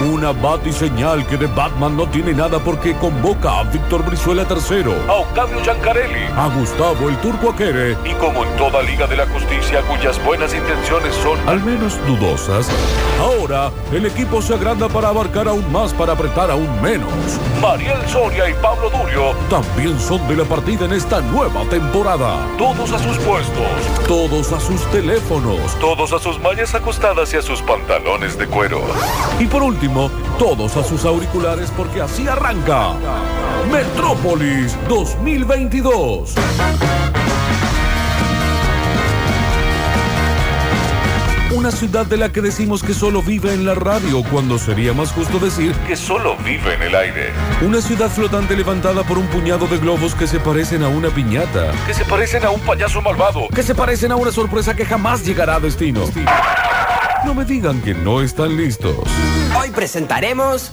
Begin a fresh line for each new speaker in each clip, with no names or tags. Mañana Bat y Señal que de Batman no tiene nada porque convoca a Víctor Brizuela III,
a Octavio Giancarelli
a Gustavo el Turco Aquere,
y como en toda Liga de la Justicia cuyas buenas intenciones son
al menos dudosas. Ahora el equipo se agranda para abarcar aún más para apretar aún menos.
Mariel Soria y Pablo Durio,
También son de la partida en esta nueva temporada.
todos a sus puestos,
Todos a sus teléfonos.
todos a sus mallas acostadas y a sus pantalones de cuero.
Y por último, todos a sus auriculares porque así arranca. Metrópolis 2022. Una ciudad de la que decimos que solo vive en la radio, cuando sería más justo decir
Que solo vive en el aire,
una ciudad flotante levantada por un puñado de globos que se parecen a una piñata,
que se parecen a un payaso malvado.
que se parecen a una sorpresa que jamás llegará a destino. No me digan que no están listos.
Hoy presentaremos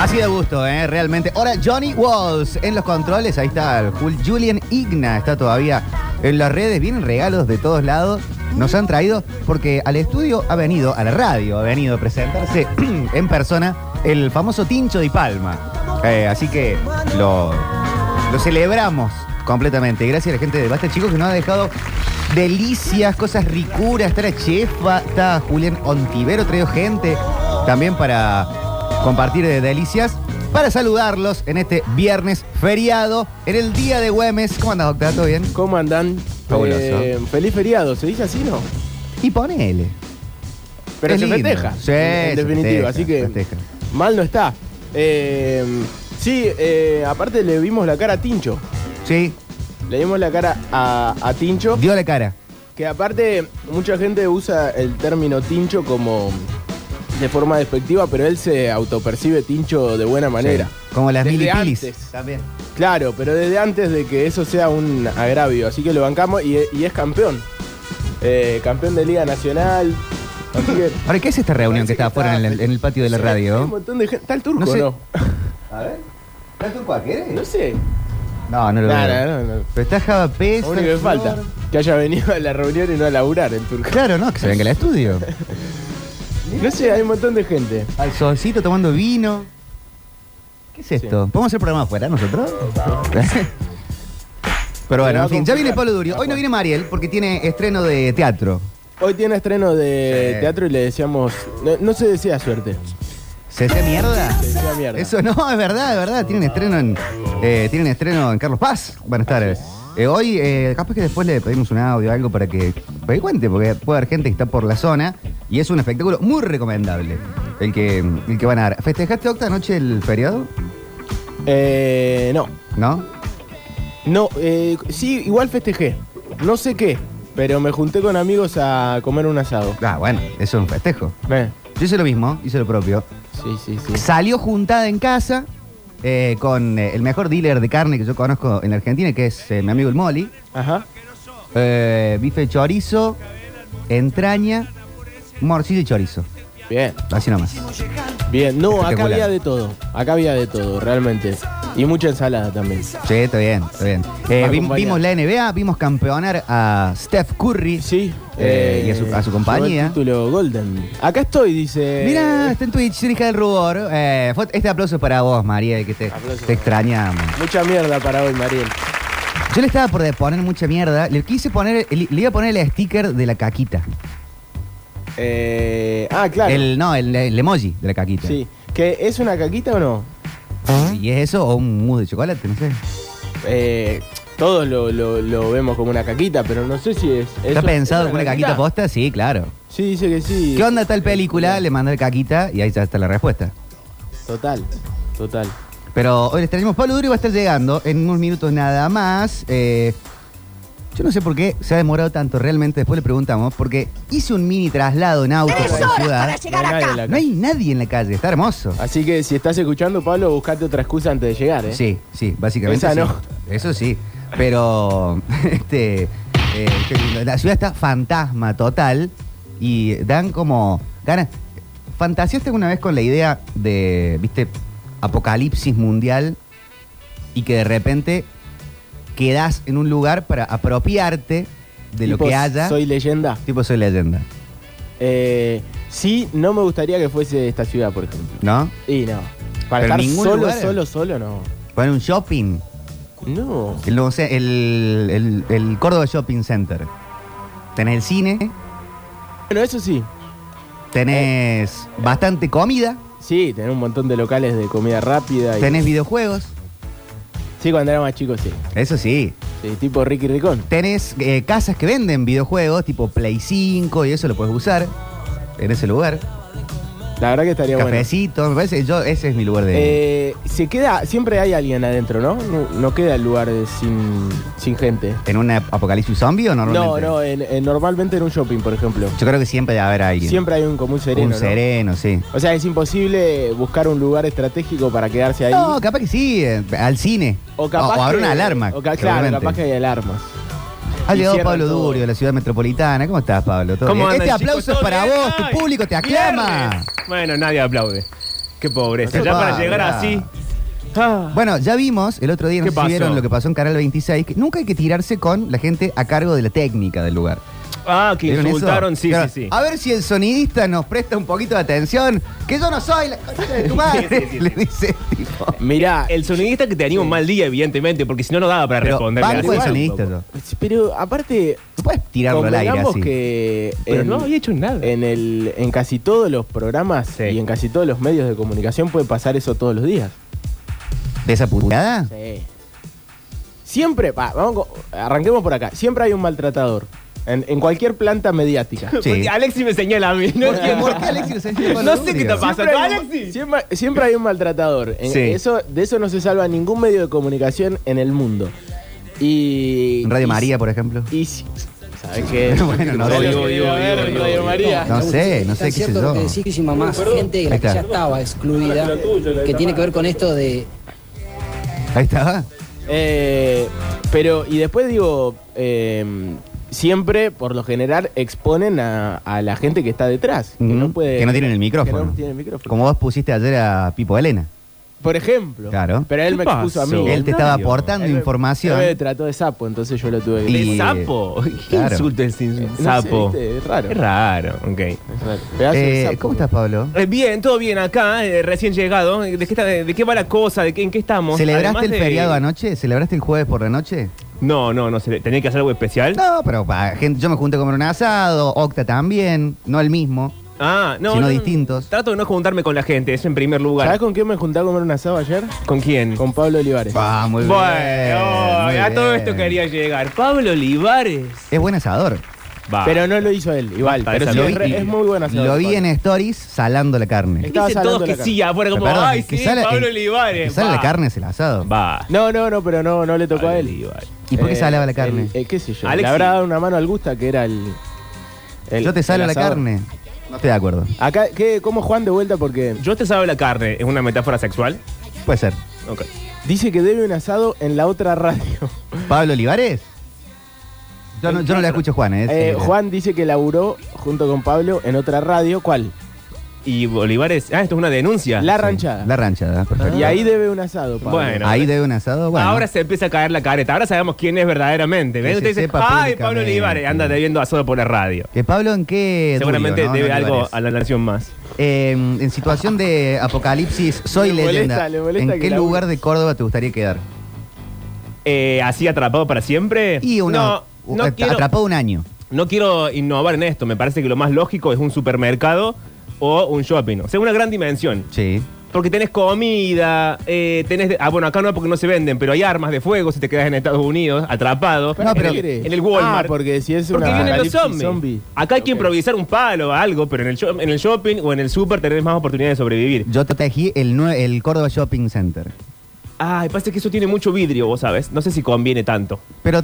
Ha sido gusto, ¿eh? Realmente. Ahora Johnny Walls en los controles. Ahí está el Jul- Julian Igna. Está todavía en las redes. Vienen regalos de todos lados. Nos han traído porque al estudio ha venido, a la radio ha venido a presentarse en persona el famoso Tincho de Palma. Eh, así que lo, lo celebramos completamente. Gracias a la gente de Basta Chicos que nos ha dejado delicias, cosas ricuras. Está la chefa, está Julián Ontivero, traído gente también para compartir de delicias. Para saludarlos en este viernes feriado, en el día de Güemes. ¿Cómo andas, Octa? ¿Todo bien?
¿Cómo andan?
Fabuloso.
Eh, feliz feriado, ¿se dice así, no?
Y ponele.
Pero
Es
se
lindo.
festeja.
Sí, se
en definitiva,
festeja,
así
se
que
festeja.
mal no está. Eh, sí, eh, aparte le vimos la cara a Tincho.
Sí,
Le dimos la cara a, a Tincho.
dio la cara.
Que aparte, mucha gente usa el término Tincho como de forma despectiva, pero él se autopercibe Tincho de buena manera.
Sí. Como las
Desde
milipilis.
antes.
También.
Claro, pero desde antes de que eso sea un agravio, así que lo bancamos y, y es campeón. Eh, campeón de Liga Nacional. Así que
Ahora, ¿qué es esta reunión que está afuera en el, en el patio de la
Sí, hay Un
radio?
montón de gente. ¿Está el turco
No sé.
o no?
A ver. ¿Estás tú
No sé.
No, no lo veo.
Nah, nah, no, no.
Pero está Java Pez.
Lo único que
está el
falta.
Flor.
Que haya venido a la reunión y no a laburar el turco.
Claro, no, que se venga al estudio.
No sé, hay un montón de gente.
Al solcito tomando vino. ¿Qué es esto? ¿Podemos hacer programa afuera nosotros? Pero
Se
bueno,
va a
en fin, ya
complicar.
viene Pablo Durio. Hoy no viene Mariel porque tiene estreno de teatro.
Hoy tiene estreno de
Sí.
teatro y le decíamos. No, no se desea suerte.
¿Se hace mierda?
Se decía mierda.
Eso no, es verdad, es verdad. Tienen estreno en, eh, tienen estreno en Carlos Paz. Van a estar. eh, hoy, eh, capaz que después le pedimos un audio o algo para que, para que cuente, porque puede haber gente que está por la zona y es un espectáculo muy recomendable el que, el que van a dar. ¿Festejaste octa noche el feriado?
Eh, no.
¿No?
No, eh, sí, igual festejé. No sé qué, pero me junté con amigos a comer un asado.
Ah, bueno, eso es un festejo.
Eh,
Yo hice lo mismo, hice lo propio.
Sí, sí, sí.
Salió juntada en casa eh, con eh, el mejor dealer de carne que yo conozco en la Argentina, que es eh, mi amigo el Molly.
Ajá.
Eh, bife de chorizo, entraña, morcillo y chorizo.
Bien.
Así nomás.
Bien, no, acá
Espectacular.
había de todo. Acá había de todo, realmente. Y mucha ensalada también.
Sí, está bien, está bien. Eh,
Va
vim-
acompañado.
vimos la NBA, vimos campeonar a Steph Curry.
Sí.
Eh, y a su- a su compañía.
llevó El título Golden. Acá estoy, dice.
Mirá, está en Twitch, sin hija del rubor. Eh, fue- este aplauso es para vos, María, que te,
Aplauso.
te extrañamos.
Mucha mierda para hoy, Mariel.
Yo le estaba por de- poner mucha mierda. Le quise poner, le, le iba a poner el sticker de la caquita.
Eh, ah, claro.
El, no, el, el emoji de la caquita.
Sí. ¿Que ¿Es una caquita o no?
¿Y es eso o un mousse de chocolate? No sé.
Eh, todos lo, lo- lo vemos como una caquita, pero no sé si es.
¿Está
eso-
pensado
¿es
como una caquita posta? Sí, claro.
Sí, dice que sí.
¿Qué onda tal película? Le mandé el caquita y ahí ya está la respuesta.
Total, total.
Pero hoy les traemos Pablo Duro y va a estar llegando en unos minutos nada más. Eh, Yo no sé por qué se ha demorado tanto realmente, después le preguntamos, porque hice un mini traslado en auto
Tres
por la
horas
ciudad.
para
No hay nadie en
llegar acá.
la
No hay nadie en la calle, está hermoso.
Así que si estás escuchando, Pablo, buscate otra excusa antes de llegar, ¿eh?
Sí, sí, básicamente.
Esa
sí.
no.
Eso sí. Pero este, eh, qué lindo. la ciudad está fantasma total y dan como ganas. Fantaseaste alguna vez con la idea de, viste, apocalipsis mundial y que de repente quedás en un lugar para apropiarte de lo
Tipo,
que haya.
Soy leyenda.
Tipo soy leyenda,
Eh, sí, no me gustaría que fuese esta ciudad, por ejemplo.
¿no?
Y no.
Pero
Para estar
en ningún
solo,
lugar.
solo, solo, no.
Poner un shopping.
No.
El, no sé, el, el- el Córdoba Shopping Center. Tenés el cine,
Bueno, eso sí.
tenés bastante comida,
Sí, tener un montón de locales de comida rápida. Y...
tenés videojuegos,
Sí, cuando era más chico, sí.
eso sí.
Sí, tipo Ricky Ricón.
Tenés eh, casas que venden videojuegos, tipo Play 5 y eso lo puedes usar en ese lugar.
La verdad que estaría bueno.
Cafecito, me parece, yo, ese es mi lugar de...
Eh, se queda, siempre hay alguien adentro, ¿no? No, no queda el lugar eh, sin, sin gente.
¿En un apocalipsis zombie o
No,
normalmente?
no, en- en- normalmente en un shopping, por ejemplo.
Yo creo que siempre debe haber alguien.
Siempre hay un común sereno.
Un
¿no?
sereno, sí.
O sea, es imposible buscar un lugar estratégico para quedarse ahí.
No, capaz que sí, eh, al cine.
o capaz
o habrá
que-
una alarma.
o ca- claro,
seguramente.
capaz que hay alarmas.
Ha
Y
llegado
cierran
Pablo
todo.
Durio de la ciudad metropolitana. ¿Cómo estás, Pablo? ¿Todo
¿Cómo
bien?
andan,
Este
chicos?
aplauso es
¿Todo
para
bien?
vos,
Ay,
tu público te aclama.
viernes. Bueno, nadie aplaude. Qué pobreza.
No se
ya para
para.
llegar así. Ah.
Bueno, ya vimos el otro día, no
¿Qué
sé si vieron
pasó?
lo que pasó en Canal 26, que nunca hay que tirarse con la gente a cargo de la técnica del lugar.
Ah, que
¿Vieron eso?
insultaron, sí,
Claro, Ah.
sí, sí.
A ver si el sonidista nos presta un poquito de atención, que yo no soy la concha de tu madre,
Sí, sí, sí.
le dice el tipo.
Mirá,
El sonidista que tenía un mal día, evidentemente, porque si no, no daba para
Pero
responderle
banco
así.
de sonidista yo.
pero aparte,
No puedes tirarlo al aire
convengamos
así.
que
Pero no había hecho nada.
En, el, en casi todos los programas
Sí.
y en casi todos los medios de comunicación puede pasar eso todos los días.
¿De esa puteada?
Sí. Siempre, va, vamos, con- arranquemos por acá. Siempre hay un maltratador. En, en cualquier planta mediática.
Sí.
Alexi me señala a mí. No,
¿Por qué,
entiendo.
por qué Alexis lo señala con
No sé qué
Durio?
te pasa.
Siempre hay, un,
Alexis.
siempre- siempre hay un maltratador. En-
Sí.
eso, de eso no se salva ningún medio de comunicación en el mundo. Y.
En Radio
y-
María, por ejemplo.
Y, ¿Sabes qué?
Bueno, no
¿Sabés
digo,
lo que
digo,
debe haber en
digo,
Radio
digo.
María.
No sé, no sé
Tan
qué sé
cierto lo
yo.
que decís, que hay más gente de
Ahí
la que
está.
ya estaba excluida, que tiene que ver con esto de
Ahí estaba.
Eh, pero, y después digo, eh, siempre, por lo general, exponen a, a la gente que está detrás. Que, no
Ujú.
puede,
Que no tienen el
Que
micrófono.
no tiene el micrófono.
Como vos pusiste ayer a Pipo Elena.
Por ejemplo.
Claro.
Pero él
¿Qué
me expuso a
pasó?
mí.
Sí,
Él te estaba
Octavio.
aportando
Él me-
información.
él me trató de sapo, entonces yo lo tuve que...
Y-
De sapo. ¿Qué
Claro.
insulto es
Eh, no sé,
sapo?
viste, es raro.
Es raro, ok.
Pedazo de
Eh,
sapo.
¿Cómo estás, Pablo?
Eh, Bien, todo bien acá, eh, recién llegado. ¿De qué, está- de qué va la cosa? ¿De qué, ¿En qué estamos?
¿Celebraste
Además
el
de-
feriado anoche? ¿Celebraste el jueves por la noche?
No, no, no. cele- ¿Tenía que hacer algo especial?
No, pero pa, gente, yo me junté a comer un asado, Octa también, no el mismo.
Ah, no.
Sino
no, no.
distintos.
Trato de no juntarme con la gente, eso en primer lugar.
¿Sabés con quién me junté a comer un asado ayer?
¿Con quién?
Con Pablo Olivares.
Ah, muy
Bueno,
bien,
oh,
muy
a todo
bien.
esto quería llegar. Pablo Olivares.
Es buen asador.
Va.
Pero no lo hizo él, igual.
Basta de
Pero sí,
sapo.
es, re- es muy buen asado.
Lo vi
Pablo.
en stories salando la carne.
estaba
Dicen
salando
todos que
la
sí, afuera como,
Perdón,
ay,
el que
sí,
sale-
Pablo
el-
Olivares.
el que sale
va.
la carne es el asado.
Va.
No, no, no, pero no, no le tocó a
Pablo
él.
Olivares.
¿Y por qué
Eh,
salaba la carne?
el- eh, ¿Qué sé yo?
Alexi.
Le habrá dado una mano al Gusta, que era el. el-
yo te salo
el
la
asador.
carne. No estoy de acuerdo.
Acá, ¿qué, ¿cómo Juan de vuelta? Porque
Yo te sabe la carne, ¿es una metáfora sexual?
Puede ser.
Ok.
dice que debe un asado en la otra radio.
¿Pablo Olivares? Yo no, yo no la escucho, Juan. ¿eh?
Eh,
Sí.
Juan dice que laburó junto con Pablo en otra radio. ¿Cuál?
Y Olivares, ah, esto es una denuncia.
La
Sí,
Ranchada.
La ranchada, perfecto.
Y ahí debe un asado, Pablo.
Bueno.
Ahí debe un asado. Bueno,
Ahora se empieza a caer la careta, ahora sabemos quién es verdaderamente.
Que
¿Ven?
se
Usted dice,
sepa
ay, Pablo
públicamente".
Olivares, anda debiendo asado por la radio.
que Pablo, ¿en qué?
Seguramente
Durio, no?
debe
No
algo
Olivares.
a la nación más.
Eh, en situación de apocalipsis, soy
Le molesta,
leyenda.
le molesta
¿En
que
qué
la-
lugar de Córdoba te gustaría quedar?
Eh, ¿Así atrapado para siempre?
Y uno eh,
No, no
at-
quiero,
atrapado un año.
no quiero innovar en esto. Me parece que lo más lógico es un supermercado o un shopping. O sea, una gran dimensión.
Sí.
Porque tenés comida, eh, tenés... de- ah, bueno, acá no porque no se venden, pero hay armas de fuego si te quedas en Estados Unidos, atrapado.
¿Para
No,
qué
pero-
querés?
en el Walmart.
Ah, porque si es
Porque
una
vienen los
apocalipsis
zombies.
zombie.
Acá hay que
Ok.
improvisar un palo o algo, pero en el, shop- en el shopping o en el super tenés más oportunidad de sobrevivir.
Yo protegí el, nue- el Córdoba Shopping Center.
Ay, pasa que eso tiene mucho vidrio, vos sabes. No sé si conviene tanto.
Pero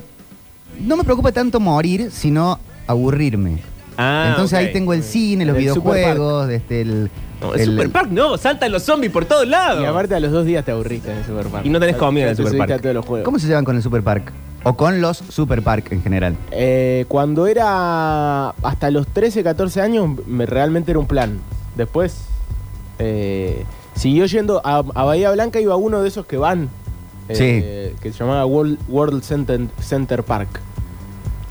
no me preocupa tanto morir, sino aburrirme.
Ah,
Entonces
ok.
ahí tengo el cine, los
El
videojuegos, este, el,
No, el,
el-
Superpark no, saltan los zombies por todos lados.
Y aparte a los dos días te aburriste en el superpark.
Y no tenés comida en el
Te subiste
superpark.
a todos los juegos.
¿Cómo se llevan con el Superpark? O con los Superpark en general.
Eh, cuando era hasta los 13, 14 años, me- realmente era un plan. Después, eh, siguió yendo a, a Bahía Blanca, iba a uno de esos que van. eh, Que se llamaba World, World Center, Center Park.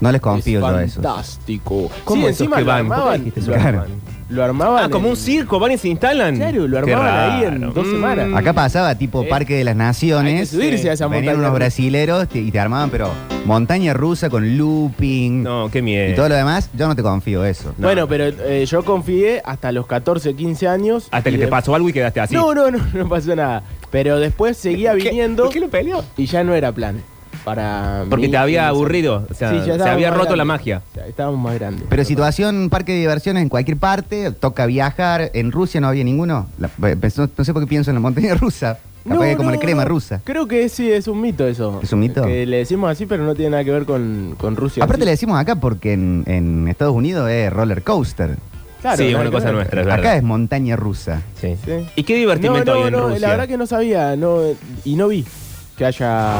No les confío
es
yo a eso.
fantástico.
¿Cómo
Sí,
esos
encima
que
lo
van? ¿Por qué
armaban.
dijiste
Lo,
Claro.
armaban- lo armaban.
Ah, como
en-
un circo, van y se instalan.
Claro, lo
Qué
armaban ahí en
raro.
dos
Mm.
semanas.
Acá pasaba tipo Parque de las
Hay que
Naciones.
subirse a esa montaña.
Venían unos
rusa.
brasileros te- y te armaban, pero montaña rusa con looping
No,
y
qué
eh.
miedo.
todo lo demás. Yo no te confío eso.
No.
Bueno, pero eh, yo confié hasta los 14, 15 años.
Hasta
y
que te
de-
pasó algo y quedaste así.
No, no, no, no pasó nada. Pero después seguía
¿Por qué-
viniendo
¿Por qué lo peleó?
y ya no era plan. Para
Porque
mí,
te había
y-
aburrido, o sea,
ya
se había
estábamos más
roto
grandes.
la magia.
Ya estábamos más grandes.
Pero situación parque de diversiones en cualquier parte, toca viajar. En Rusia no había ninguno. La- eh, pues, no, no sé por qué pienso en la montaña rusa. Capaz
No,
que como
no,
la crema
no.
rusa.
Creo que sí, es un mito eso.
¿Es un mito?
Que le decimos así, pero no tiene nada que ver con, con Rusia.
Aparte
Sí.
le decimos acá porque en, en Estados Unidos es roller coaster.
Claro,
sí,
nada
una
que
cosa
ver.
nuestra, es verdad.
Acá es montaña rusa.
Sí.
Sí.
¿Y qué divertimento
no, no,
hay en
no,
Rusia?
La verdad que no sabía no, y no vi que haya.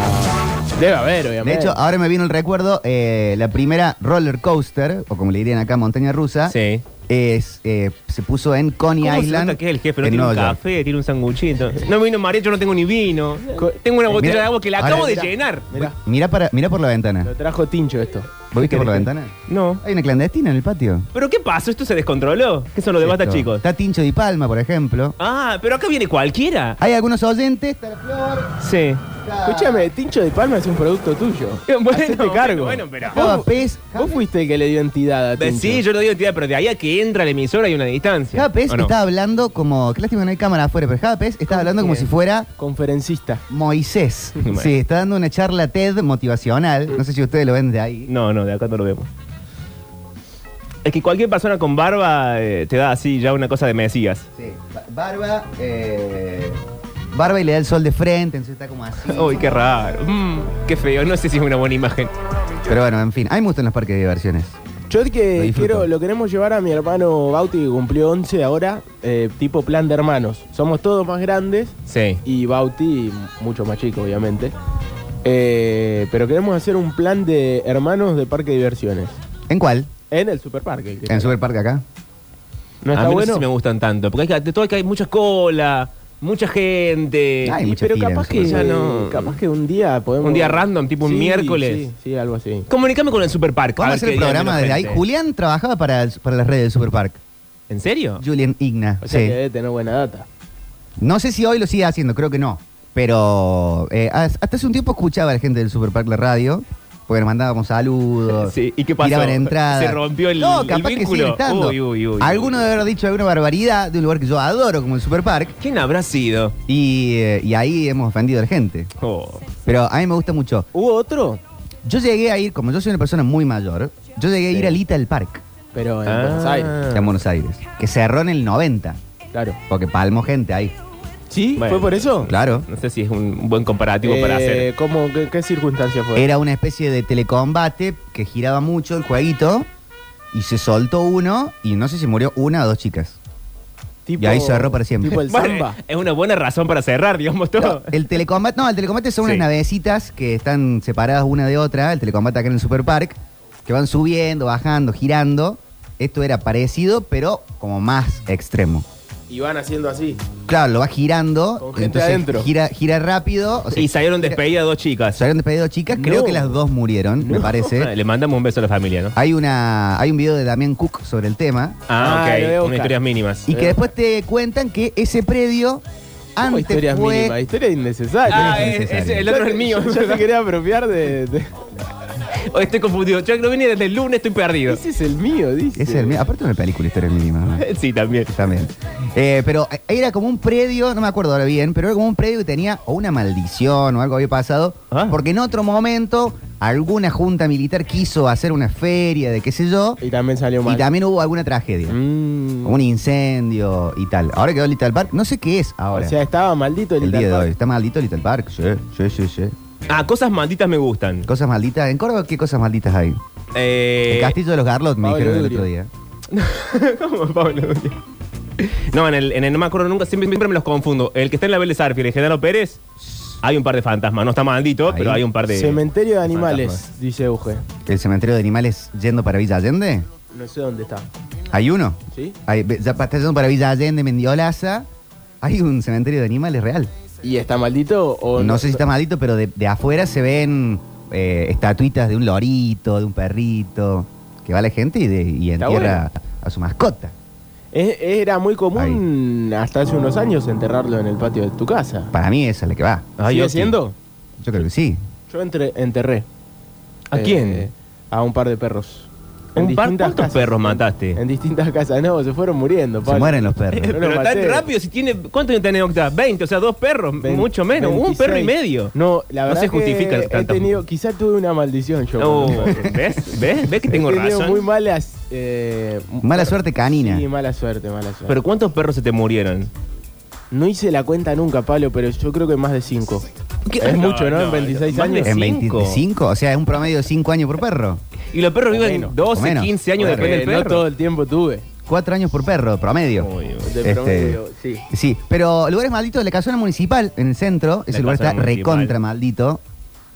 Debe haber,
De
obviamente.
hecho, ahora me vino el recuerdo, eh, la primera roller coaster, o como le dirían acá, montaña rusa,
Sí.
es, eh, se puso en Coney
¿Cómo se
¿Ah? Island.
nota que es el jefe? No
en
tiene un
Nueva York.
café, tiene un sanguchito. No me vino María, yo no tengo ni vino.
Co-
Tengo una botella
Mira,
de agua que la
ahora
acabo de
mira.
llenar.
Mirá,
Mira, para, mira por la ventana.
lo trajo Tincho esto.
¿Vos viste por la ventana?
No.
Hay una clandestina en el patio.
¿Pero qué pasó? ¿Esto se descontroló? ¿Qué son los de Basta,
Esto.
chicos?
Está Tincho Di Palma, por ejemplo.
Ah, pero acá viene cualquiera.
Hay algunos oyentes. Está la flor.
Sí.
está-
Escúchame, Tincho de Palma es un producto tuyo.
Bueno,
Hacete cargo.
bueno, pero-
Estaba Pez.
Vos fuiste el que le dio entidad a
Ve,
Tincho.
Sí, yo lo digo entidad, pero de ahí a que entra la emisora hay una distancia.
Java Pez
¿O no?
estaba hablando como. Qué lástima que no hay cámara afuera, pero Java Pez estaba hablando como
quién?
si fuera
Conferencista.
Moisés.
Bueno.
Sí, está dando una charla TED motivacional. No sé si ustedes lo ven de ahí.
No, no, de acá no lo vemos. Es que cualquier persona con barba eh, te da así ya una cosa de mesías.
Sí, ba- barba, eh, barba y le da el sol de frente, entonces está como así.
Uy, qué raro. Mm, qué feo. No sé si es una buena imagen.
Pero bueno, en fin, hay mucho en los parques de diversiones.
Yo que
Lo disfruto.
quiero, lo queremos llevar a mi hermano Bauti, que cumplió 11 ahora, eh, tipo plan de hermanos. Somos todos más grandes
Sí.
y Bauti mucho más chico, obviamente. Eh, pero queremos hacer un plan de hermanos de parque de diversiones.
¿En cuál?
En el superparque. el que
¿En el superparque acá?
¿No
a
está
mí
bueno?
no sé Ah, si me gustan tanto. Porque hay, que- de todo hay, que- hay mucha cola, mucha gente.
Ay,
Y-
mucha
pero
fila en el
capaz que,
superparque. Ya no.
capaz que un día podemos...
Un día random, tipo un
Sí,
miércoles.
Sí, sí, algo así.
Comunicame con el Superpark.
Vamos a hacer el programa desde ahí. Julián trabajaba para, el- para las redes del superparque.
¿En serio?
Julián Igna.
O sea
sí.
que debe tener buena data.
No sé si hoy lo sigue haciendo, creo que no. Pero eh, has- hasta hace un tiempo escuchaba a la gente del Superpark la radio. Porque nos mandábamos saludos.
Sí, ¿y qué pasó?
tiraban entradas.
Se rompió el-
No,
el
capaz que
vínculo.
sigue estando.
Uy, uy, uy.
Alguno debe haber dicho alguna barbaridad de un lugar que yo adoro, como el Superpark.
¿Quién habrá sido?
Y, eh, y ahí hemos ofendido a la gente.
Oh.
Pero a mí me gusta mucho.
¿Hubo otro?
Yo llegué a ir, como yo soy una persona muy mayor, yo llegué a ir a Lita del Parque,
Pero en
Ah.
Buenos Aires.
en Buenos Aires, que cerró en el 90,
Claro.
porque palmo gente ahí.
¿Sí?
Bueno.
¿Fue por eso?
Claro.
No sé si es un buen comparativo para
Eh,
hacer.
¿cómo, qué, qué circunstancia fue?
Era una especie de telecombate que giraba mucho el jueguito y se soltó uno y no sé si murió una o dos chicas.
Tipo-
y ahí cerró para siempre.
Tipo el
Bueno,
samba.
es una buena razón para cerrar, digamos todo.
El telecombate, no, el telecombate son
Sí.
unas navecitas que están separadas una de otra, el telecombate acá en el Superpark, que van subiendo, bajando, girando. Esto era parecido, pero como más extremo.
Y van haciendo así.
Claro, lo va girando,
Con gente
entonces
adentro.
gira gira rápido. o sea,
y salieron
gira-
despedidas dos chicas. Ah,
Salieron despedidas chicas, creo
No.
que las dos murieron, me parece.
Le mandamos un beso a la familia, ¿no?
Hay una hay un video de Damián Cook sobre el tema
Ah,
Ah, lo voy a
ok.
buscar.
Unas historias mínimas.
y que después te cuentan que ese predio
Como
antes
historias
fue
mínimas, historias innecesarias.
Ah,
es
eh,
necesario.
ese- el otro es el mío.
Yo te quería apropiar de, de-
Hoy estoy confundido. Yo no vine desde el lunes, estoy perdido.
Ese es el mío, dice.
es el mío, aparte de una película historias mínimas. ¿no?
Sí, también.
También. Eh, pero era como un predio, no me acuerdo ahora bien, pero era como un predio que tenía o una maldición o algo había pasado.
Ah.
Porque en otro momento alguna junta militar quiso hacer una feria de qué sé yo.
Y también salió mal.
Y también hubo alguna tragedia.
Mm.
Como un incendio y tal. Ahora quedó Little Park. No sé qué es ahora.
O sea, estaba maldito el,
el día
Little
de
Park.
hoy. Está maldito Little Park. Sí, sí, sí, sí.
Ah, cosas malditas me gustan.
Cosas malditas. ¿En Córdoba qué cosas malditas hay?
Eh,
el Castillo de los Garlot me
Pablo
dijeron el otro
Durio.
día.
¿Cómo, Pablo? No, en el, en el- no me acuerdo nunca, siempre, siempre me los confundo. El que está en la Vélez Arfiel, el Genaro Pérez, hay un par de fantasmas. No está maldito,
Ahí.
pero hay un par de.
Cementerio de animales,
fantasmas.
dice Euge.
¿El cementerio de animales yendo para Villa Allende?
No sé dónde está.
¿Hay uno?
¿Sí?
Hay, ve- ya pa- está yendo para Villa Allende, Mendiolaza. Hay un cementerio de animales real.
¿Y está maldito o
No sé si está maldito, pero de, de afuera se ven eh, estatuitas de un lorito, de un perrito, que va la gente y, de- y
Está
entierra a su mascota.
Es- era muy común hasta hace unos años enterrarlo en el patio de tu casa.
Para mí esa es la que va.
Ay,
¿Sigue
Octi.
siendo?
Yo creo que sí.
Yo entre- enterré.
¿A
eh,
quién?
a un par de perros.
¿Un par?
distintas
¿Cuántos perros mataste?
En distintas casas. No, se fueron muriendo,
Se
Pablo.
mueren los
Eh,
perros.
No
pero
los
tan
maté.
rápido, si tiene. ¿Cuántos años tiene Octa? 20, o sea, dos perros,
Ve-
mucho menos. Un
26.
perro y medio.
No, la
No
verdad
se
es que
justifica
he
tanto.
tenido, quizá tuve una maldición yo.
No,
con los perros.
Oh, ¿Ves? ¿Ves? ¿Ves que
He
tengo
tenido
razón?
muy malas... eh,
Mala suerte canina.
Sí, mala suerte, mala suerte.
Pero ¿cuántos perros se te murieron?
no hice la cuenta nunca, Pablo, pero yo creo que más de cinco. Es mucho, ¿no? En 26
más de
años.
¿En
cinco.
25? O sea, es un promedio de 5 años por perro.
Y los perros
O
viven
menos,
12,
o menos.
15 años,
Bueno,
depende
Eh,
del
no
perro.
todo el tiempo tuve.
4 años por perro, promedio.
Uy, uy.
De
Este,
promedio, sí.
Sí, pero lugares malditos, la casona municipal en el centro, ese
La
lugar está
casona municipal.
recontra maldito.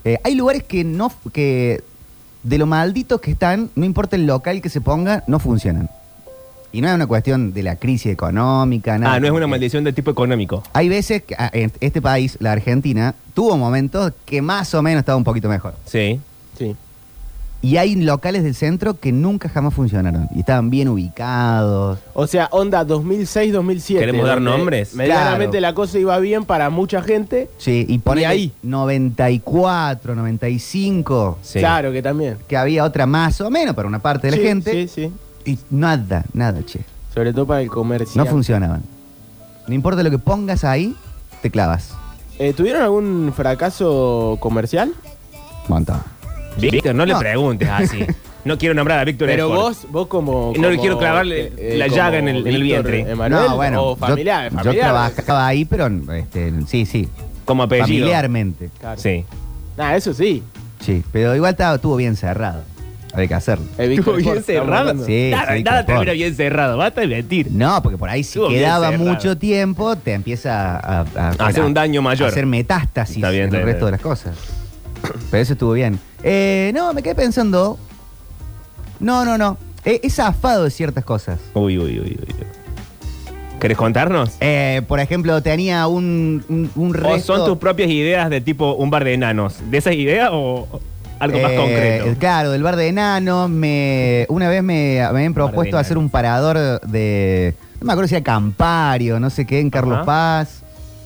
Eh, hay lugares que no, que de lo malditos que están, no importa el local que se ponga, no funcionan. Y no es una cuestión de la crisis económica, nada.
Ah, no es una
Porque
maldición de tipo económico.
Hay veces que ah, en este país, la Argentina, tuvo momentos que más o menos estaba un poquito mejor.
Sí.
Sí.
Y hay locales del centro que nunca jamás funcionaron. Y estaban bien ubicados.
O sea, onda 2006-2007.
¿Queremos dar
donde
nombres?
Medianamente
Claro.
la cosa iba bien para mucha gente.
Sí, y ponele
ahí.
94, 95,
sí.
Claro que también.
que había otra más o menos para una parte de la
Sí,
gente.
Sí, sí.
Y nada, nada, che.
Sobre todo para el comercio.
No funcionaban. No importa lo que pongas ahí, te clavas.
Eh, ¿Tuvieron algún fracaso comercial?
Montón.
Víctor, no, le
No.
preguntes así. No quiero nombrar a Víctor
Pero
Espor.
vos, vos como.
No le
como, eh,
quiero clavarle la
como
llaga en el- en el
Víctor
vientre.
Emanuel,
no, bueno.
O
yo-
familiar,
yo,
familiar.
trabajaba ahí, pero este, sí, sí.
Como apellido.
Familiarmente.
Claro.
Sí.
Nah, eso sí.
Sí, pero igual estaba, estuvo bien cerrado. Había que hacerlo.
Eh, Víctor
Estuvo bien
Ford, estamos
cerrado.
hablando.
Sí,
nada,
sí,
nada
Víctor
termina
Ford.
bien cerrado. Basta de mentir.
No, porque por ahí si
Estuvo bien
quedaba
cerrado.
mucho tiempo, te empieza a, a- a-
A hacer un daño mayor.
a hacer metástasis
Está bien,
en
está
el
bien,
resto de las cosas. Pero eso estuvo bien. Eh, no, me quedé pensando. No, no, no. He, he zafado de ciertas cosas.
Uy, uy, uy, uy. ¿Querés contarnos?
Eh, por ejemplo, tenía un, un, un
¿O
resto.
Oh, son tus propias ideas de tipo un bar de enanos? ¿De esas ideas o algo más
eh,
concreto?
Claro, del bar de enanos. Me, una vez me, me habían propuesto hacer
enanos.
un parador de. No me acuerdo si era Campario, no sé qué, en Carlos
Ajá.
Paz.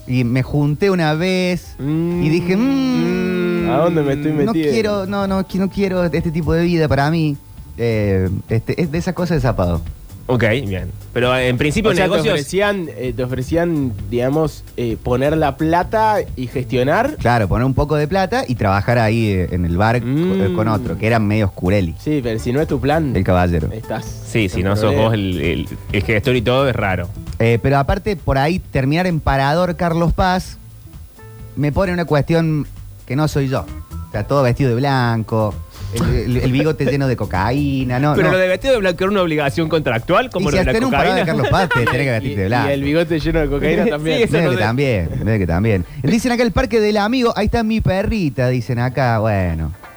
Y me junté una vez.
Mm.
Y dije, "Mm,
¿A dónde me estoy
No
metiendo?
quiero, no, no, qui- no quiero este tipo de vida para mí. Eh, este, es de esas cosas de zapado.
Ok, bien. Pero eh, en principio
O sea, te
negocios...
ofrecían, eh, te ofrecían, digamos, eh, poner la plata y gestionar.
Claro, poner un poco de plata y trabajar ahí eh, en el bar co-
Mm.
eh, con otro, que era medio oscureli,
Sí, pero si no es tu plan,
el caballero.
estás.
Sí, si
en
no sos
problemas.
vos el, el- el gestor y todo, es raro.
Eh, pero aparte, por ahí terminar en parador Carlos Paz me pone una cuestión que no soy yo. O sea, todo vestido de blanco, el, el- el bigote lleno de cocaína, ¿no?
Pero
no.
lo de vestido de blanco era una obligación contractual,
y
como
si
lo
hasta
de la
en un parador de
cocaína.
Carlos Paz te tenés que
Y,
vestirte de
y
blanco.
el bigote lleno de cocaína
Sí,
también.
eso
Mira
no
que
sé.
también, mira que también. Dicen acá el parque del amigo, ahí está mi perrita, dicen acá, bueno.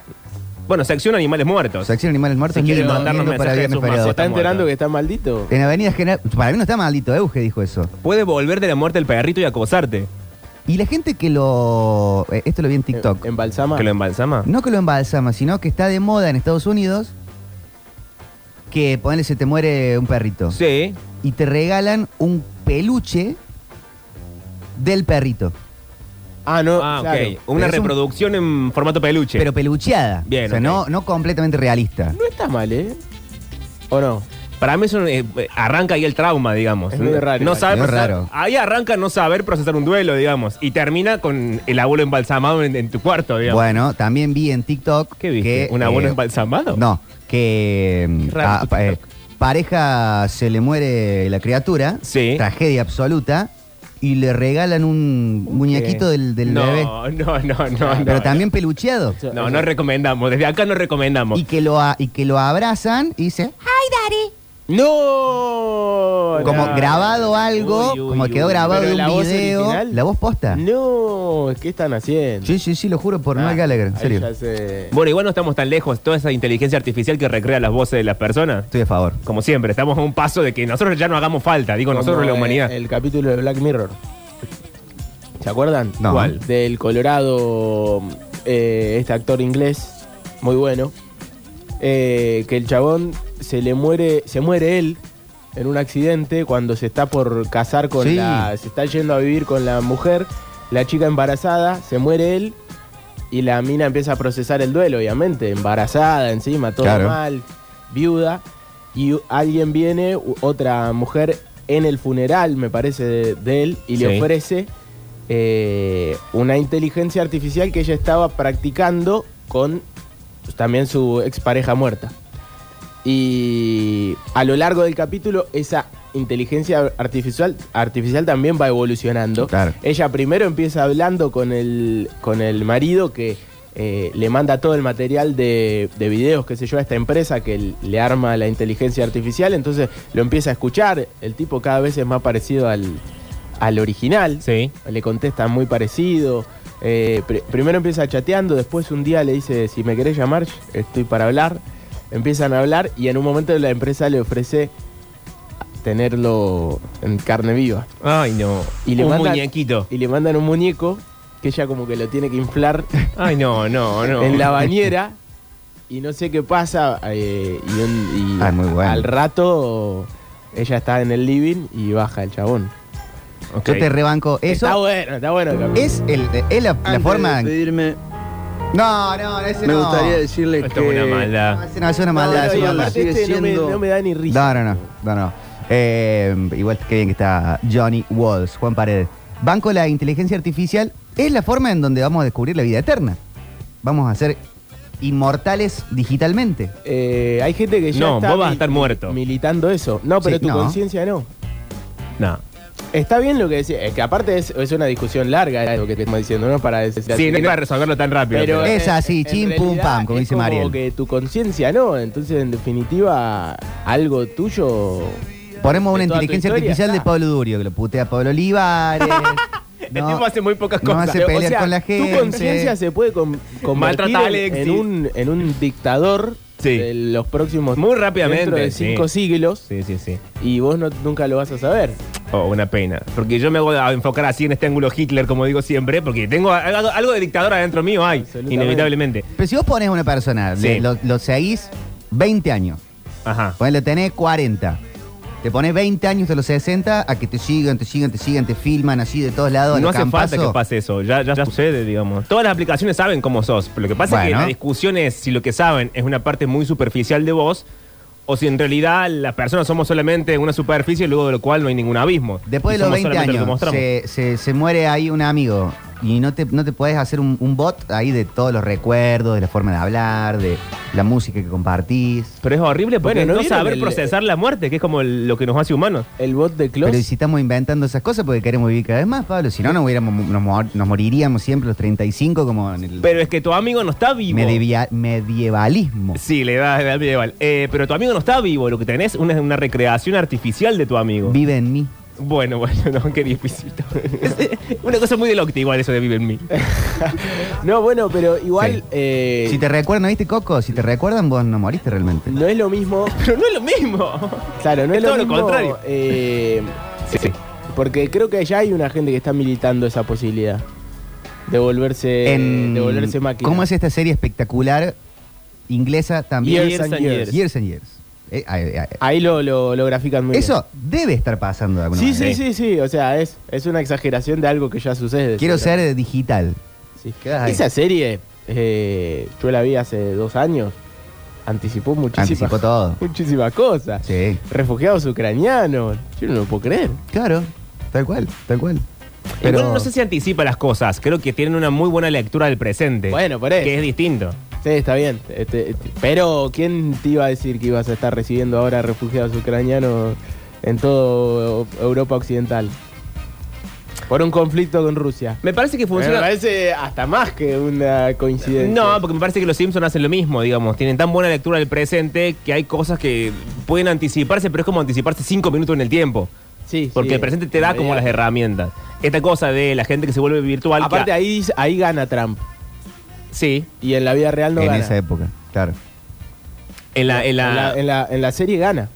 Bueno, sección animales muertos.
Sección Animales Muertos,
Pues, Si quieren
lindo,
mandarnos
lindo para
mensajes,
viernes
sus
feriado.
¿Se está
Está
enterando
muerto.
que está maldito?
En Avenida General, para mí no está maldito, Euge dijo eso.
Puede volver de la muerte el perrito y acosarte.
Y la gente que lo, eh, esto lo vi en TikTok,
¿En Balsama?
¿Que lo embalsama?
no que lo embalsama, sino que está de moda en Estados Unidos, que ponele se te muere un perrito.
Sí.
Y te regalan un peluche del perrito,
Ah, no.
Ah,
claro.
ok. Una
es un-
reproducción en formato peluche.
pero pelucheada.
Bien,
o sea,
ok.
no, no completamente realista.
No está mal, ¿eh? ¿O no?
Para mí eso eh, arranca ahí el trauma, digamos.
Es medio raro.
No sabe
Medio
procesar-
raro.
Ahí arranca no saber procesar un duelo, digamos. Y termina con el abuelo embalsamado en, en tu cuarto, digamos.
Bueno, también vi en TikTok
¿Qué viste?
que,
¿Un abuelo
eh,
embalsamado?
No, que mm,
Qué raro
a-
tu
pa- eh,
TikTok.
pareja se le muere la criatura,
Sí.
tragedia absoluta, y le regalan un muñequito del, del
no,
bebé.
No, no, no, no.
Pero también pelucheado.
No, no recomendamos. Desde acá no recomendamos.
Y que, lo a- y que lo abrazan y dice, "Ah",
¡No!
como
no.
grabado algo,
Uy, uy,
como quedó
uy.
grabado
Pero
de
la
un
voz
video,
original.
la voz posta.
No, ¿qué están haciendo?
Sí, sí, sí, lo juro por
Ah,
Noel Gallagher, en
ahí
serio.
ya se-
Bueno, igual no estamos tan lejos. Toda esa inteligencia artificial que recrea las voces de las personas.
Estoy a favor.
Como siempre, estamos a un paso de que nosotros ya no hagamos falta. Digo, nosotros
como
la humanidad.
El, el capítulo de Black Mirror. ¿Se acuerdan?
No. ¿Cuál?
Del Colorado, eh, este actor inglés, muy bueno, eh, que el chabón se le muere, se muere él en un accidente cuando se está por casar con
Sí.
la, se está yendo a vivir con la mujer, la chica embarazada, se muere él y la mina empieza a procesar el duelo, obviamente, embarazada encima, todo
Claro.
mal, viuda, y u- alguien viene, u- otra mujer, en el funeral, me parece, de, de él, y le
Sí.
ofrece eh, una inteligencia artificial que ella estaba practicando con pues, también su expareja muerta. Y a lo largo del capítulo, esa inteligencia artificial, artificial también va evolucionando.
Claro.
Ella primero empieza hablando con el, con el marido que eh, le manda todo el material de, de videos, qué sé yo, a esta empresa que l- le arma la inteligencia artificial. Entonces lo empieza a escuchar. El tipo cada vez es más parecido al, al original.
Sí.
Le contesta muy parecido. Eh, pr- primero empieza chateando, después un día le dice, si me querés llamar, estoy para hablar. Empiezan a hablar y en un momento la empresa le ofrece tenerlo en carne viva.
Ay, no.
Y le
un
mandan-
muñequito.
Y le mandan un muñeco que ella como que lo tiene que inflar
Ay, no, no, no.
en la bañera y no sé qué pasa. eh, y un- y
Ah, muy bueno.
al rato ella está en el living y baja el chabón.
Ok.
Yo te rebanco eso.
Está bueno, está bueno. Camilo.
Es, el, es la, la
Antes
forma.
de despedirme,
No, no, ese
me
no.
gustaría decirles
Esto
que.
es una
No,
maldad.
ese no, ese es una
No,
maldad.
no,
es
y
una
maldad.
aparte
Sigue
este no me-
siendo-
no me da ni risa.
maldad. No, no, no. no, no. Eh, igual que bien que está Johnny Walls, Juan Paredes. Banco la inteligencia artificial es la forma en donde vamos a descubrir la vida eterna. Vamos a ser inmortales digitalmente.
Eh, hay gente que ya
No,
está
vos vas a
mil-
estar muerto.
militando eso. No, pero
Sí,
tu
no.
conciencia no.
No.
Está bien lo que decía, eh, que aparte es, es una discusión larga eh, lo que te estamos diciendo, ¿no? Para decir
Sí, no es para resolverlo tan rápido.
pero
Es
en-
así,
en
chin,
realidad
pum, pam, como
es
dice Mariel.
Como que tu conciencia no, entonces en definitiva algo tuyo.
Ponemos
De
una
toda tu
inteligencia
historia,
artificial de
está.
Pablo Durio, que lo putea Pablo Olivares.
El
No,
tipo hace muy pocas
no
cosas.
hace pelear con la gente.
Tu conciencia se puede con- convertir
Maltrata a
en,
Alexis.
en un, en un dictador
Sí.
de los próximos
Muy rápidamente,
dentro de
sí.
cinco siglos
Sí, sí, sí.
y vos no- nunca lo vas a saber.
Oh, una pena. Porque yo me voy a enfocar así en este ángulo Hitler, como digo siempre, porque tengo a- algo, algo de dictador adentro mío, hay,
Absolutamente.
inevitablemente.
Pero si vos pones una persona,
Sí.
le- lo, lo seguís 20 años,
Ajá.
ponele, Pues tenés 40, te pones 20 años de los 60 a que te sigan, te sigan, te sigan, te filman así de todos lados. a
No
lo
hace
campazo.
falta que pase eso, ya, ya sucede, digamos. Todas las aplicaciones saben cómo sos, pero lo que pasa es que
Bueno.
la discusión es si lo que saben es una parte muy superficial de vos o si en realidad las personas somos solamente una superficie, luego de lo cual no hay ningún abismo.
Después
Y
de los
somos
20
solamente lo que
años,
mostramos.
se, se- se muere ahí un amigo y no te, no te puedes hacer un, un bot ahí de todos los recuerdos, de la forma de hablar, de la música que compartís.
Pero es horrible porque
Bueno, ¿no
no,
vieron
saber
el-
procesar la muerte, que es como el- lo que nos hace humanos.
El bot de Klaus.
Pero si estamos inventando esas cosas porque queremos vivir cada vez más, Pablo. Si no, nos, hubiéramos, nos, mor- nos moriríamos siempre los 35 como en el
Pero es que tu amigo no está vivo.
medivia- medievalismo.
Sí, le da, le da pie igual. Eh, pero tu amigo no está vivo, lo que tenés es una, una recreación artificial de tu amigo.
Vive en mí.
bueno, bueno, no, qué difícil. Es una cosa muy de Locke, igual eso de vive en mí.
No, bueno, pero igual.
Sí.
eh,
Si te recuerdan, ¿viste, Coco? Si te recuerdan, vos no moriste realmente.
No es lo mismo.
Pero no es lo mismo.
Claro, no es,
Es
lo
todo lo
mismo.
contrario.
eh,
Sí, sí.
Porque creo que ya hay una gente que está militando esa posibilidad. De volverse,
En-
de volverse máquina.
¿Cómo es esta serie espectacular inglesa también?
Years and Years. Ah,
Years and Years. Eh, ay, ay, ay.
Ahí lo, lo, lo grafican muy
Eso debe estar pasando de
bien.
alguna
Sí,
manera.
sí, sí, sí. O sea, es, es una exageración de algo que ya sucede.
Eh, Quiero ser digital.
Sí.
Quedas ahí.
Esa serie, eh, yo la vi hace dos años. Anticipó muchísimas,
Anticipó todo.
muchísimas cosas.
Sí.
Refugiados ucranianos. Yo no lo puedo creer.
Claro. Tal cual, tal cual.
Pero no sé si anticipa las cosas. Creo que tienen una muy buena lectura del presente.
Bueno, eh. por eso.
Que es distinto.
Sí, está bien. Este, este, pero, ¿quién te iba a decir que ibas a estar recibiendo ahora refugiados ucranianos en toda Europa Occidental? Por un conflicto con Rusia.
Me parece que
Me
funciona.
parece hasta más que una coincidencia.
No, porque me parece que los Simpsons hacen lo mismo, digamos. Tienen tan buena lectura del presente que hay cosas que pueden anticiparse, pero es como anticiparse cinco minutos en el tiempo.
Sí,
Porque
sí.
el presente te da como las herramientas. Esta cosa de la gente que se vuelve virtual. que-
Aparte, ahí, dice- ahí gana Trump.
Sí.
Y en la vida real no
en
gana.
esa época, claro.
En la, en la-
En la- en la- en la serie gana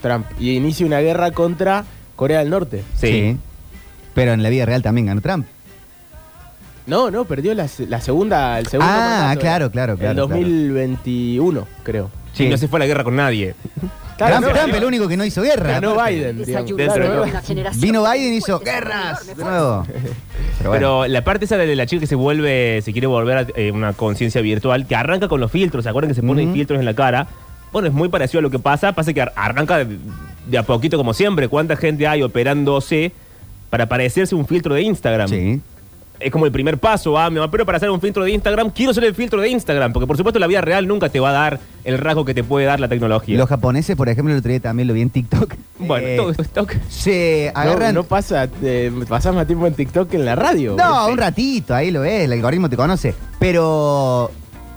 Trump. Y inicia una guerra contra Corea del Norte.
sí.
Pero en la vida real también ganó Trump.
No, no, perdió la, se- la segunda, el segundo.
Ah,
mandato,
claro,
eh.
claro, claro,
El 2021, creo.
Y no se fue a la guerra con nadie.
Claro,
Trump,
no,
Trump
no,
el único que no hizo guerra.
Ganó
aparte.
Biden. digamos.
Debe ser
Claro,
que-
Vino Biden y hizo guerras de nuevo. Pero bueno.
Pero la parte esa de la chica que se vuelve, se quiere volver a eh, una conciencia virtual, que arranca con los filtros, ¿se acuerdan que se ponen
Ujú.
filtros en la cara? Bueno, es muy parecido a lo que pasa, pasa que ar- arranca de, de a poquito como siempre, cuánta gente hay operándose para parecerse un filtro de Instagram.
Sí.
Es como el primer paso, ah, me opero para hacer un filtro de Instagram, quiero ser el filtro de Instagram, porque por supuesto la vida real nunca te va a dar el rasgo que te puede dar la tecnología.
Los japoneses, por ejemplo, el otro día también lo vi en TikTok.
bueno,
Eh,
todo esto es toque.
se
No,
agarran.
no pasa, eh, pasás más tiempo en TikTok que en la radio.
No, un ratito, ahí lo ves, el algoritmo te conoce. Pero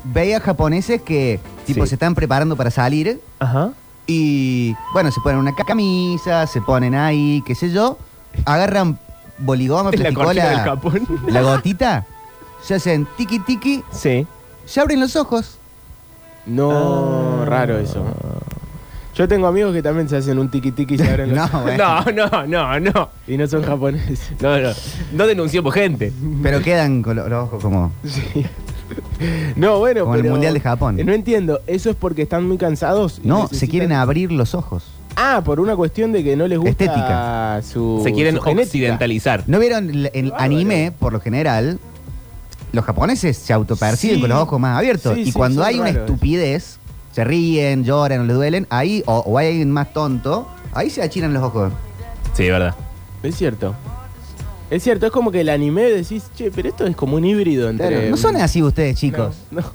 veía japoneses que tipo
Sí.
se están preparando para salir
Ajá.
y bueno, se ponen una ca- camisa, se ponen ahí, qué sé yo, agarran boligoma,
Es la cortina del
plasticola,
Japón.
la gotita, se hacen tiki tiki,
Sí.
se abren los ojos.
No,
Ah.
raro eso. Yo tengo amigos que también se hacen un tiki tiki y se abren
No,
los-
bueno,
No, no, no, no.
y no son japoneses.
No, no. No denunciemos gente.
pero quedan con lo- los ojos como...
Sí. No, bueno,
Como el
pero-
Mundial de Japón.
Eh, No entiendo, eso es porque están muy cansados. y
No, se
necesitan-
quieren abrir los ojos.
Ah, por una cuestión de que no les gusta
Estética.
su
Se quieren
su genética.
occidentalizar.
¿No vieron el, el anime, por lo general? Los japoneses se autoperciben
Sí.
con los ojos más abiertos.
Sí,
y
sí,
cuando
son
hay una
raros.
estupidez, se ríen, lloran o le duelen, ahí, o, o hay alguien más tonto, ahí se achinan los ojos.
Sí, verdad.
Es cierto. Es cierto, es como que el anime decís, che, pero esto es como un híbrido entre.
No son así ustedes, chicos.
No, no.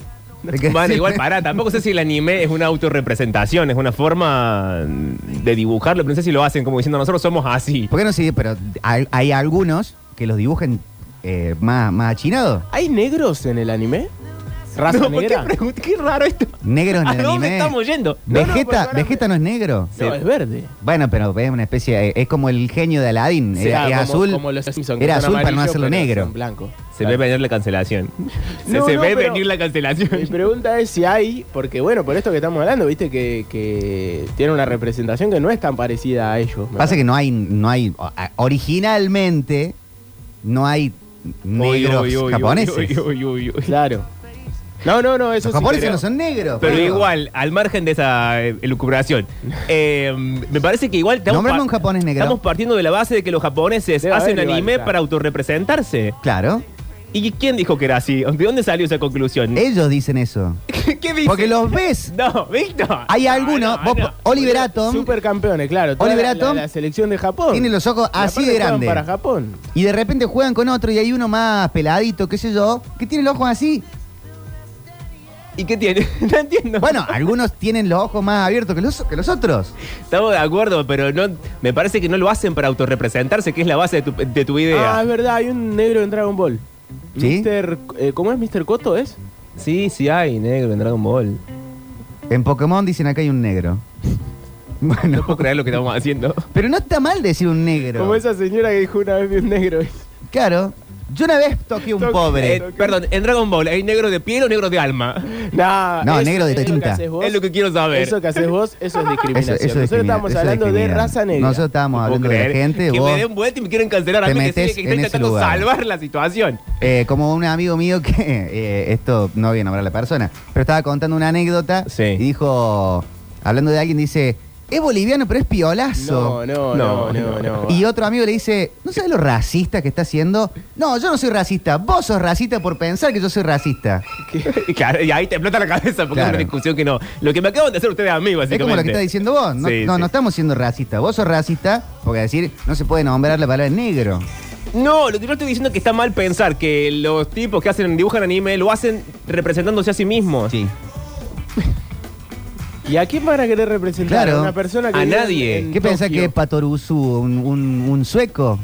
Porque-
Bueno, igual pará, tampoco sé si el anime es una autorrepresentación, es una forma de dibujarlo, pero no sé si lo hacen como diciendo nosotros somos así.
¿Por qué no sí? Pero hay, hay algunos que los dibujan eh, más, más achinados.
¿Hay negros en el anime? ¿Raza
No, ¿por qué,
negra?
pregun- qué raro esto.
Negros en
¿A
el
dónde
anime.
estamos yendo?
Ah, No, no,
Vegeta,
pues ahora me-
Vegeta Eh, no es negro.
No, es verde.
Bueno, pero es una especie, eh, es- es como el genio de Aladdin.
Sí,
es,
ah,
es
como-
azul.
como los Simpsons, que
era
son
azul para no
amarillos,
hacerlo
pero
negro.
son blanco.
Se ve venir la cancelación. Se,
No,
se
no,
ve
pero-
venir la
Mi
cancelación.
pregunta es si hay, porque bueno, por esto que estamos hablando, viste que, que tiene una representación que no es tan parecida a ellos. me
Pasa que no hay, no hay, o- a- originalmente no hay negros
Uy, uy, uy,
japoneses.
uy, uy, uy, uy.
Claro. No, no, no, eso
Los
sí
japoneses
creo.
no son negros.
Pero
boludo.
igual, al margen de esa eh, elucubración, eh, me parece que igual
Nómbrame
par-
un japonés negro.
estamos partiendo de la base de que los japoneses
Debe
hacen
haber igual,
anime
claro.
para autorrepresentarse.
Claro,
¿Y quién dijo que era así? ¿De dónde salió esa conclusión?
ellos dicen eso.
¿Qué dice?
Porque los ves.
No, Víctor.
Hay
No,
algunos.
Ah, no,
vos-
no.
Oliver Atom
Supercampeones, claro. toda
Oliver
la-
Atom
la, la selección de Japón.
tiene los ojos
Y
así
aparte
de
juegan
grandes.
Para Japón.
Y de repente juegan con otro y hay uno más peladito, qué sé yo, que tiene los ojos así.
¿Y qué tiene? No entiendo.
Bueno, algunos tienen los ojos más abiertos que los, que los otros.
Estamos de acuerdo, pero no, me parece que no lo hacen para autorrepresentarse, que es la base de tu, de tu idea.
Ah, es verdad, hay un negro en Dragon Ball.
¿Sí?
Mister, eh, ¿Cómo es Mr. Koto? ¿Es?
sí, sí hay, negro, en Dragon Ball.
En Pokémon dicen acá hay un negro.
No
Bueno,
puedo creer lo que estamos haciendo.
pero no está mal decir un negro.
Como esa señora que dijo una vez vi un negro.
Claro. Yo una vez toqué un
Toqué-
pobre.
Eh, perdón, en Dragon Ball, ¿hay negro de piel o negro de alma?
Nah,
No,
eso-
negro de
eso que
tinta.
haces vos-
Es lo que quiero saber.
Eso que haces vos, eso es
Eso, eso
discriminación.
es
Nosotros
discrimina-
estábamos
eso es
hablando de
discrimina.
raza negra.
Nosotros estábamos
No puedo
hablando de la
creer
gente,
que
vos,
me den vuelta y me quieren cancelar a
te
mí que,
metés
sigue, que está
en ese
intentando
lugar.
salvar la situación.
eh, como un amigo mío que, eh, esto no voy a nombrar a la persona, pero estaba contando una anécdota
Sí.
y dijo, hablando de alguien, dice, es boliviano pero es piolazo.
No, no, no, no,
No,
no.
Y otro amigo le dice, ¿no sabes lo racista que está haciendo? No, yo no soy racista, vos sos racista por pensar que yo soy racista.
Claro, y ahí te explota la cabeza porque es
Claro.
una discusión que no. Lo que me acaban de hacer ustedes a mí, básicamente.
Es como lo que estás diciendo vos, no,
Sí,
no,
sí.
no estamos siendo racistas, vos sos racista porque decir no se puede nombrar la palabra negro.
No, lo que yo estoy diciendo es que está mal pensar que los tipos que hacen dibujan anime lo hacen representándose a sí mismos.
Sí.
¿Y a quién van a querer representar?
Claro.
A una persona que
A
vive en-
nadie.
en
¿Qué pensás
Tokio.
que es Patorusu, un, un- un sueco?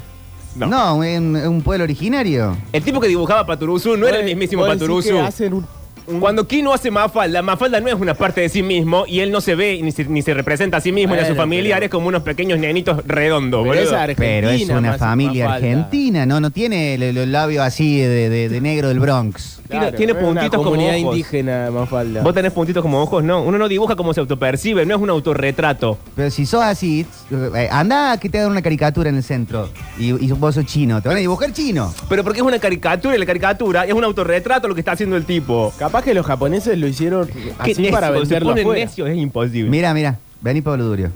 No.
No, un, un pueblo originario.
El tipo que dibujaba Paturuzú no era el
Vos-
mismísimo
vos decís
Paturuzú.
que hacen un- un-
Cuando Kino hace Mafalda, Mafalda no es una parte de sí mismo y él no se ve ni se, ni se representa a sí mismo ni a sus
Bueno,
familiares como unos pequeños nenitos redondos,
Pero es
boludo.
Argentina,
Pero es una
más-
familia
más falta.
argentina, ¿no? No tiene le- los labios así de, de- de negro del Bronx.
Tiene- tiene
es una
puntitos como
comunidad
ojos.
indígena, Mafalda.
Vos tenés puntitos como ojos, no. Uno no dibuja como se autopercibe, no es un autorretrato.
Pero si sos así, eh, andá a que te hagan una caricatura en el centro. Y, y vos sos chino. Te van a dibujar chino.
Pero porque es una caricatura y la caricatura es un autorretrato lo que está haciendo el tipo.
Capaz que los japoneses lo hicieron
¿Qué
así para
necio? Se
venderlo
ponen
afuera.
necios, es imposible.
Mira, mira. Vení, Pablo Durio.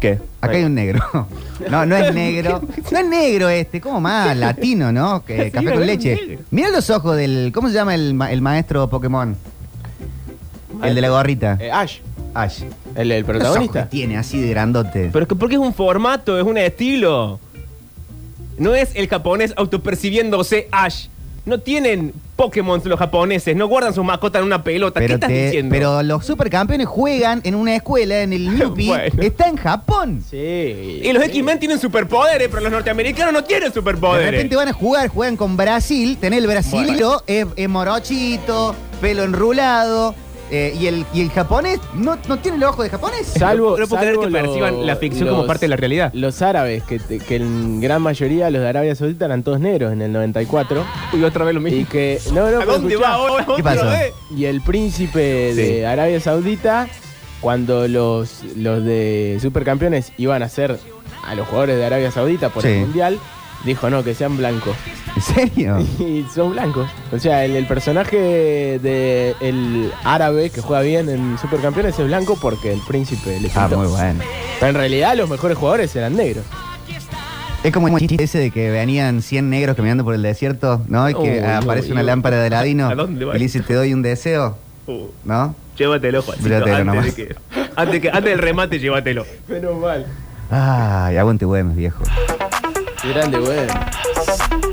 ¿Qué?
Acá hay un negro. No, no es negro. No es negro este, como más latino, ¿no? Que
Sí,
café
era
con
un
leche.
negro.
Mira los ojos del. ¿Cómo se llama el, ma- el maestro Pokémon? El de la gorrita.
Eh, Ash,
Ash.
el, el
Los ojos que
protagonista.
tiene así de grandote.
Pero es que porque es un formato, es un estilo. No es el japonés autopercibiéndose Ash. No tienen Pokémon los japoneses, no guardan sus mascotas en una pelota. ¿Qué
Pero,
estás
te-
diciendo?
pero los supercampeones juegan en una escuela, en el Yupi.
Bueno.
Está en Japón.
Sí.
y los X-Men tienen superpoderes, pero los norteamericanos no tienen
De
superpoderes.
repente van a jugar, juegan con Brasil. Tenés el brasilero, es, es morochito, pelo enrulado. eh, y, el, y el japonés no, no tiene los ojos de japonés.
Salvo,
No puedo creer
salvo
que perciban la ficción como parte de la realidad.
Los árabes, que, te- que en gran mayoría los de Arabia Saudita eran todos negros en el 94.
Uy, otra vez lo
Y
mismo.
que. No, no,
Ah. ¿A
pero
dónde
escuchá.
va ahora?
¿Qué
Otra
pasó?
vez.
Y el príncipe
Sí.
de Arabia Saudita, cuando los, los de Supercampeones iban a hacer a los jugadores de Arabia Saudita por
Sí.
el Mundial, dijo no, que sean blancos.
¿En serio?
Y son blancos. O sea, el, el personaje de el árabe que juega bien en Supercampeones es blanco porque el príncipe le
Ah,
pintó.
muy bueno.
Pero en realidad los mejores jugadores eran negros.
Es como el chiste ese de que venían 100 negros caminando por el desierto, ¿no? Y que ah,
Uy,
aparece
uy,
una
uy.
lámpara de Aladino
¿A dónde va
y le dice, te doy un deseo,
Uh,
¿no?
llévatelo, Juancito,
Llévatelo nomás.
antes, de que, antes, que- antes del remate, llévatelo.
Menos mal.
Ay, aguante Güemes, viejo.
Grande, güey.